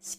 し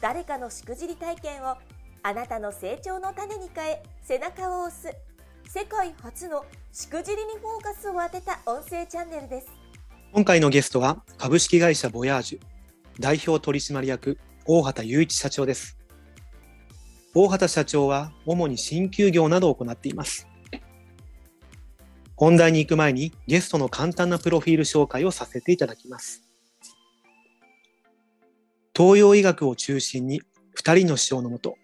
誰かのしくじり体験をあなたの成長の種に変え背中を押す世界初のしくじりにフォーカスを当てた音声チャンネルです今回のゲストは株式会社ボヤージュ代表取締役大畑雄一社長です大畑社長は主に新旧業などを行っています本題に行く前にゲストの簡単なプロフィール紹介をさせていただきます東洋医学を中心に2人の師匠のもと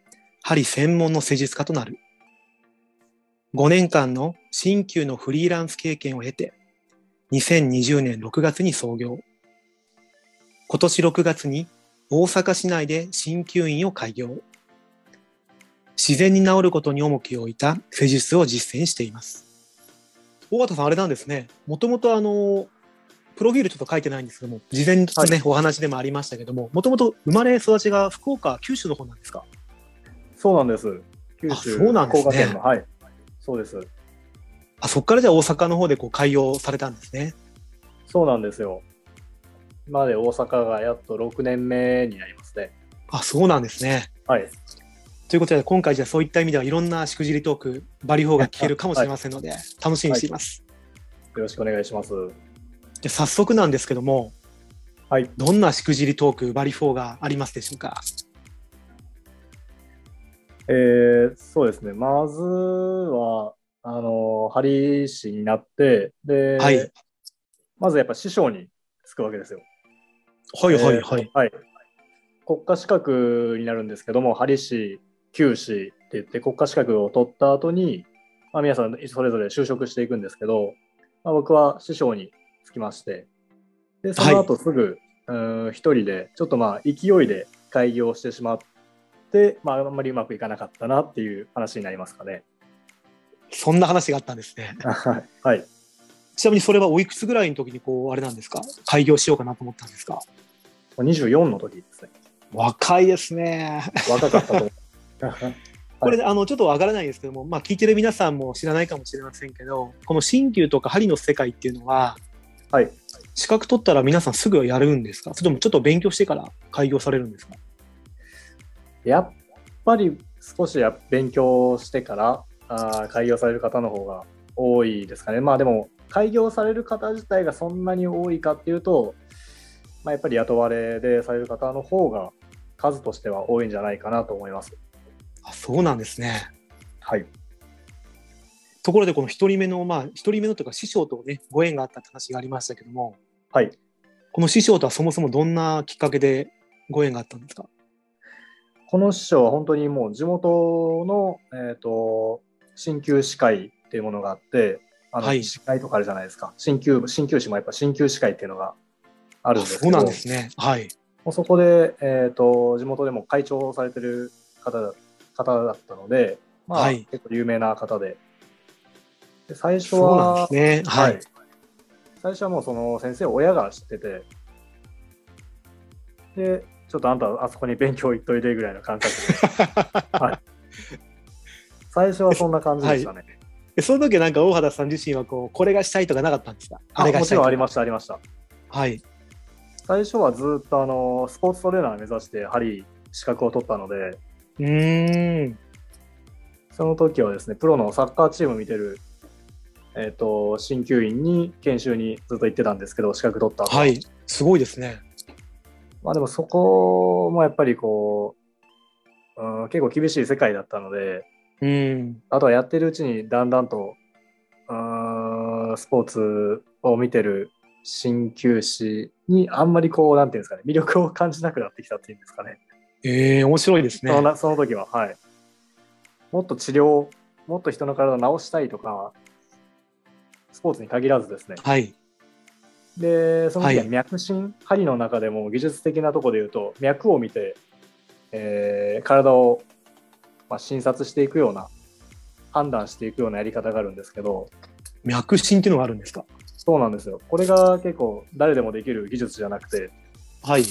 針専門の施術家となる5年間の新旧のフリーランス経験を経て2020年6月に創業今年6月に大阪市内で鍼灸院を開業自然に治ることに重きを置いた施術を実践しています大畑さんあれなんですねもともとあのプロフィールちょっと書いてないんですけども事前にね、はいお話でもありましたけどももともと生まれ育ちが福岡九州の方なんですかそうなんです。九あ州、そうなんですね福岡県の、はい。そうです。あそこからじゃあ大阪の方でこう開業されたんですねそうなんですよ。まで大阪がやっと6年目になりますね。あそうなんですねはい。ということで、今回じゃあそういった意味ではいろんなしくじりトーク、バリフォーが聞けるかもしれませんので、楽しみにしています。よろしくお願いします。じゃあ早速なんですけども、はい。どんなしくじりトーク、バリフォーがありますでしょうか。えー、そうですね。まずは、あの、針師になって、で、はい。はいまずやっぱ師匠につくわけですよ。はいはい。えーはい。国家資格になるんですけども、針師、灸師って言って、国家資格を取った後に、まあ、皆さんそれぞれ就職していくんですけど、まあ、僕は師匠につきまして、で、その後すぐ、うーん一人で、ちょっとまあ、勢いで開業してしまって、まあ、あんまりうまくいかなかったなっていう話になりますかね。 そんな話があったんですね。はい。ちなみにそれはおいくつぐらいの時にこう、あれなんですか開業しようかなと思ったんですか24の時ですね。若いですね。若かったと思う。 これ、あの、ちょっとわからないですけども、まあ聞いてる皆さんも知らないかもしれませんけど、この鍼灸とか針の世界っていうのは、はい。資格取ったら皆さんすぐやるんですかそれともちょっと勉強してから開業されるんですかやっぱり少しや勉強してからあー開業される方の方が多いですかね。まあでも開業される方自体がそんなに多いかっていうと、まあ、やっぱり雇われでされる方の方が数としては多いんじゃないかなと思います。あそうなんですね。はい。ところでこの一人目のまあ一人目のというか師匠とねご縁があったって話がありましたけどもはい。この師匠とはそもそもどんなきっかけでご縁があったんですかこの師匠は本当にもう地元の、えー、と鍼灸師会っていうものがあって、あの、はい師会とかあるじゃないですか。鍼灸、鍼灸師もやっぱ鍼灸師会っていうのがあるんですけそど。うなんですね。はい。もうそこで、えー、と地元でも会長をされてる方だ方だったので、まあはい結構有名な方でで最初そうなんはですね。はい。最初はもうその先生を親が知っててでちょっとあんたあそこに勉強行っといてぐらいの感覚で最初はそんな感じでしたね、 でその時はなんか大原さん自身はこうこれがしたいとかなかったんですかあれあがもしちたいとろんかありましたありましたはい。最初はずっとあのスポーツトレーナー目指してハリー資格を取ったのでうーん。その時はですね、プロのサッカーチーム見てる、えっ、と、鍼灸院に研修にずっと行ってたんですけど、資格取った後はい。すごいですね。まあでもそこもやっぱりこう、うん、結構厳しい世界だったので、うん。あとはやってるうちにだんだんと、うん、スポーツを見てる鍼灸師にあんまりこう、なんていうんですかね、魅力を感じなくなってきたっていうんですかね。ええ面白いですね。そのその時は、はい。もっと治療、もっと人の体を治したいとか、スポーツに限らずですね。はい。で、その時ははい脈診、針の中でも技術的なところで言うと、脈を見て、えー体を、まあ、診察していくような判断していくようなやり方があるんですけど脈診っていうのがあるんですかそうなんですよこれが結構誰でもできる技術じゃなくてはい。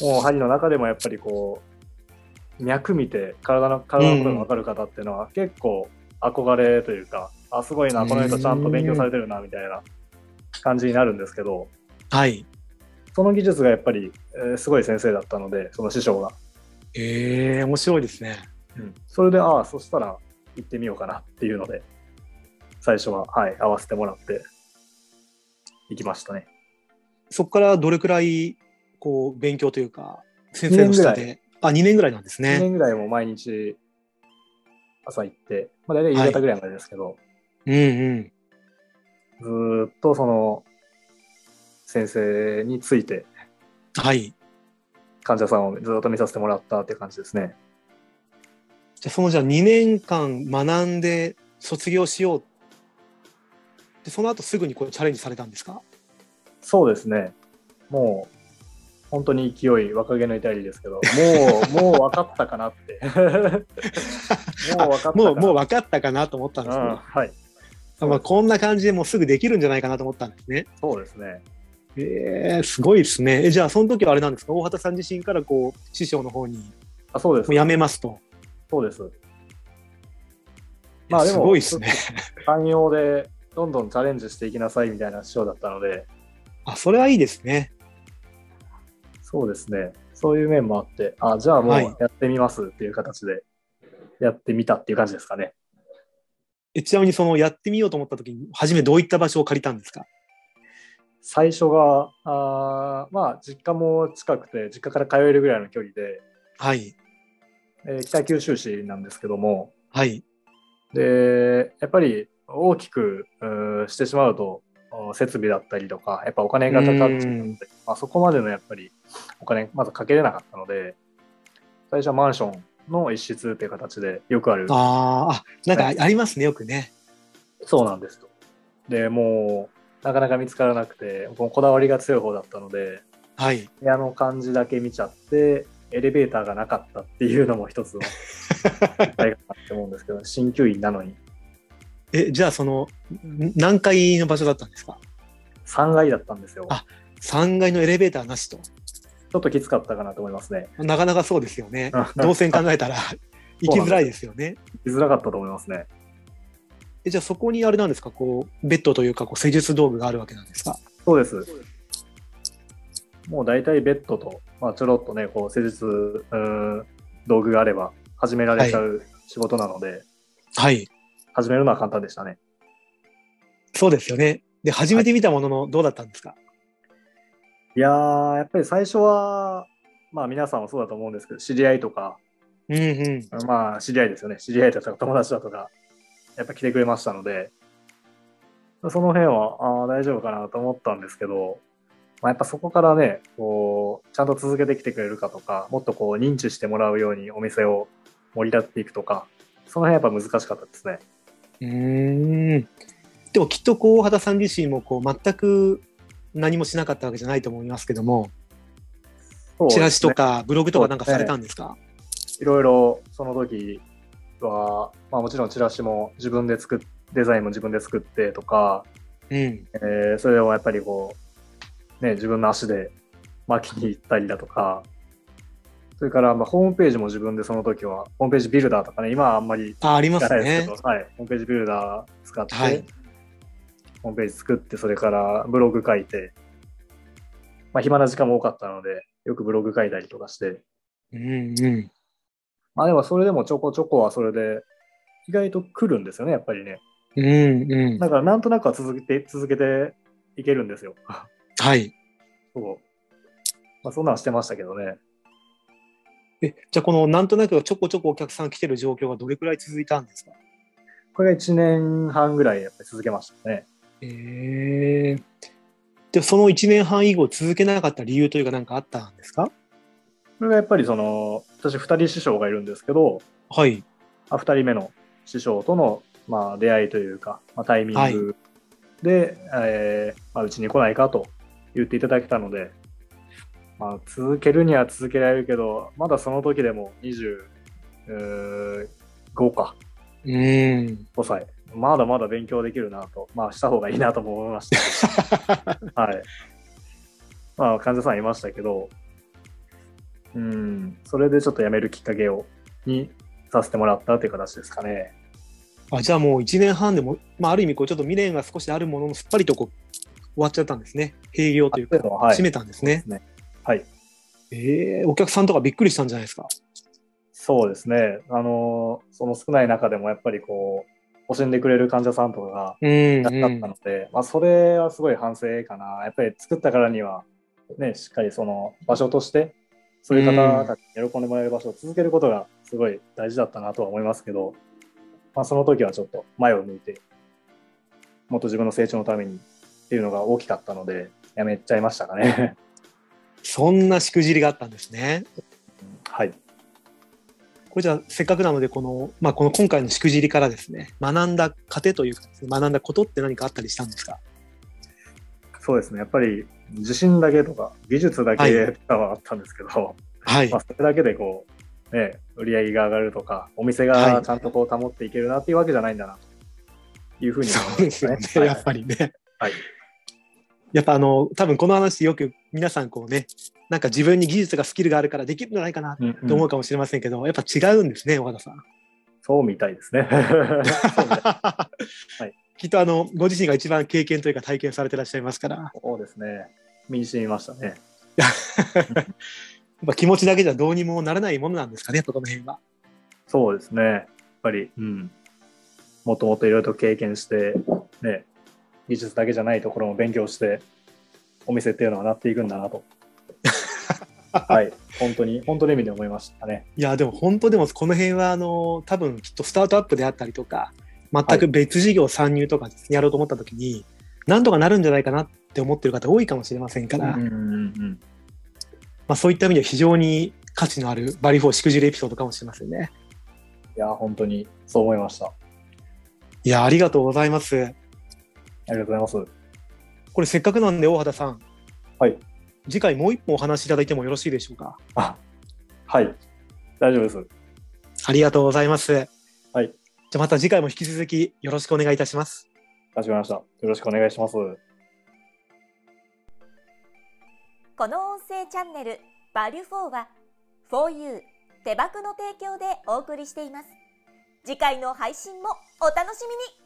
もう針の中でもやっぱりこう脈見て体の体のことが分かる方っていうのは結構憧れというか、あすごいなこの人ちゃんと勉強されてるなみたいな感じになるんですけどはい。その技術がやっぱり、えーすごい先生だったのでその師匠が、ええ面白いですね。それでああそしたら行ってみようかなっていうので最初ははい合わせてもらって行きましたねそこからどれくらい、こう、勉強というか、先生の下二で。あ、2年ぐらいなんです2ね。年ぐらいも毎日朝行って、まあ、大体夕方ぐらいまでですけど、うんうん。ずーっとその先生についてはい。患者さんをずーっと見させてもらったっていう感じですね。じゃあ、そのじゃあ2年間学んで卒業しよう。で、その後すぐにこうチャレンジされたんですかそうですね。もう本当に勢い若気の至りですけど、も うもう分かったかな って。もう分かったかな。もう、もう分かったかなと思ったんですけど、うんはい。あまあ、こんな感じでもうすぐできるんじゃないかなと思ったんですね。そうですね。えー、すごいですね。えじゃあ、その時はあれなんですか大畑さん自身からこう、師匠の方に、もあ、そうですう。やめますと。そうです。まあ、すごいですね。寛容でどんどんチャレンジしていきなさいみたいな師匠だったので、あ、それはいいですね。そうですね。そういう面もあって、あ、じゃあもうはいやってみますっていう形でやってみたっていう感じですかね。えちなみに、その、やってみようと思った時に、初めどういった場所を借りたんですか最初が、あーまあ、実家も近くて、実家から通えるぐらいの距離で、はい。えー北九州市なんですけども、はい。で、やっぱり大きくうーしてしまうと、お設備だったりとか、やっぱお金がかかっちゃううのんで、まあ、そこまでのやっぱりお金、まずかけれなかったので、最初はマンションの一室っていう形で、よくあるあーあ、なんかあありますね、よくね。そうなんですと。でもうなかなか見つからなくてこうこだわりが強い方だったのではい。部屋の感じだけ見ちゃってエレベーターがなかったっていうのも一つの大かなって思うんですけど鍼灸院なのにえ、じゃあ、その、ん何階の場所だったんですか3階だったんですよあ ?3 階のエレベーターなしと。ちょっときつかったかなと思いますねなかなかそうですよね。動行線考えたら、行きづらいですよね。きづらかったと思いますねえじゃあそこにあれなんですかこうベッドというかこう施術道具があるわけなんですかそうですもう大体ベッドと、まあ、ちょろっとねこう施術うーん道具があれば始められちゃう仕事なので、はい始めるのは簡単でしたねそうですよねで初めて見たもののどうだったんですか、いやー、やっぱり最初は、まあ皆さんもそうだと思うんですけど、知り合いとか、うんうんまあ知り合いですよね、知り合いだとか友達だとか、やっぱ来てくれましたので、その辺は、あー大丈夫かなと思ったんですけど、まあ、やっぱそこからね、こう、ちゃんと続けてきてくれるかとか、もっとこう認知してもらうようにお店を盛り立っていくとか、その辺やっぱ難しかったですね。うーんでもきっとこう大畑さん自身もこう全く何もしなかったわけじゃないと思いますけども、そうですチねラシとかブログとかなんかされたんですかいろいろその時は、まあ、もちろんチラシも自分で作っデザインも自分で作ってとか、うんえーそれをやっぱりこう、ね、自分の足で巻きに行ったりだとか、それからまあホームページも自分でその時は、ホームページビルダーとかね、今はあんまりあありまやすらないですねけど、はい、ホームページビルダー使って、はいホームページ作って、それからブログ書いて、まあ、暇な時間も多かったので、よくブログ書いたりとかして、うんうんまあでもそれでもちょこちょこはそれで、意外と来るんですよね、やっぱりね。うんうんだからなんとなくは続けて、続けていけるんですよ。はいそう。まあそんなんはしてましたけどね。えじゃあこのなんとなくちょこちょこお客さん来てる状況がどれくらい続いたんですかこれが1年半ぐらいやっぱり続けましたね。ええでその1年半以後続けなかった理由というか何かあったんですかこれがやっぱりその、私2人師匠がいるんですけど、はい。あ2人目の師匠との、まあ、出会いというか、まあ、タイミングで、えーまあ、うちに来ないかと言っていただけたので、まあ、続けるには続けられるけど、まだその時でも25か、うん。 5歳。まだまだ勉強できるなと、まあ、した方がいいなとも思い ました。はい。まあ、患者さんいましたけど、うん、それでちょっと辞めるきっかけを、にさせてもらったという形ですかね。あじゃあもう1年半でも、まあ、ある意味こうちょっと未練が少しあるもののすっぱりとこう終わっちゃったんですね閉業というか、あそういうのははい閉めたんですねはい。えーお客さんとかびっくりしたんじゃないですかそうですね。あの、その少ない中でもやっぱりこう、惜しんでくれる患者さんとかが、うん、うんだったので、まあ、それはすごい反省かな。やっぱり作ったからには、ね、しっかりその場所として、そういう方たちに喜んでもらえる場所を続けることがすごい大事だったなとは思いますけど、まあ、その時はちょっと前を向いて、もっと自分の成長のためにっていうのが大きかったので、やめちゃいましたかね。 そんなしくじりがあったんですねはい。これじゃあせっかくなのでこの,、まあ、この今回のしくじりからですね学んだ糧というかですね学んだことって何かあったりしたんですかそうですね。やっぱり自信だけとか、技術だはけとかはあったんですけど、はいまあ、それだけでこう、ね、売り上げが上がるとか、お店はがいちゃんとこう保っていけるなっていうわけじゃないんだなというふうにそうですよね、やっぱり。りね。はいやっぱあの多分この話よく皆さんこうねなんか自分に技術がスキルがあるからできるんじゃないかなっうんうんて思うかもしれませんけど、やっぱ違うんですね岡田 さん。そうみたいです ね。そうみたいいきっとあのご自身が一番経験というか体験されてらっしゃいますからやそうですね。身に染みましたっね。ぱ気持ちだけじゃどうにもならないものなんですかねそこの辺は。そうですね。やっぱり、うん、もっともっといろいろと経験して、ね、技術だけじゃないところも勉強して、お店っていうのはなっていくんだ なと。はい、本当に、本当の意味で思いましたね。いやでも本当でもこの辺はあの多分きっとスタートアップであったりとか全く別事業参入とかですねやろうと思った時になんとかなるんじゃないかなって思ってる方多いかもしれませんかうんら、うんうんまあ、そういった意味では非常に価値のあるバリフォーしくじるエピソードかもしれませんね。いや、本当にそう思いました。あいや、ありがとうございます。りがとうございます。これせっかくなんで、大畑さん。はい。次回もう一本お話しいただいてもよろしいでしょうか。あはい、大丈夫です。ありがとうございます。はい。じゃあまた次回も引き続きよろしくお願いいたします。かしこまりました。よろしくお願いします。この音声チャンネル「バリュフォーは「4U 手箱の提供でお送りしています次回の配信もお楽しみに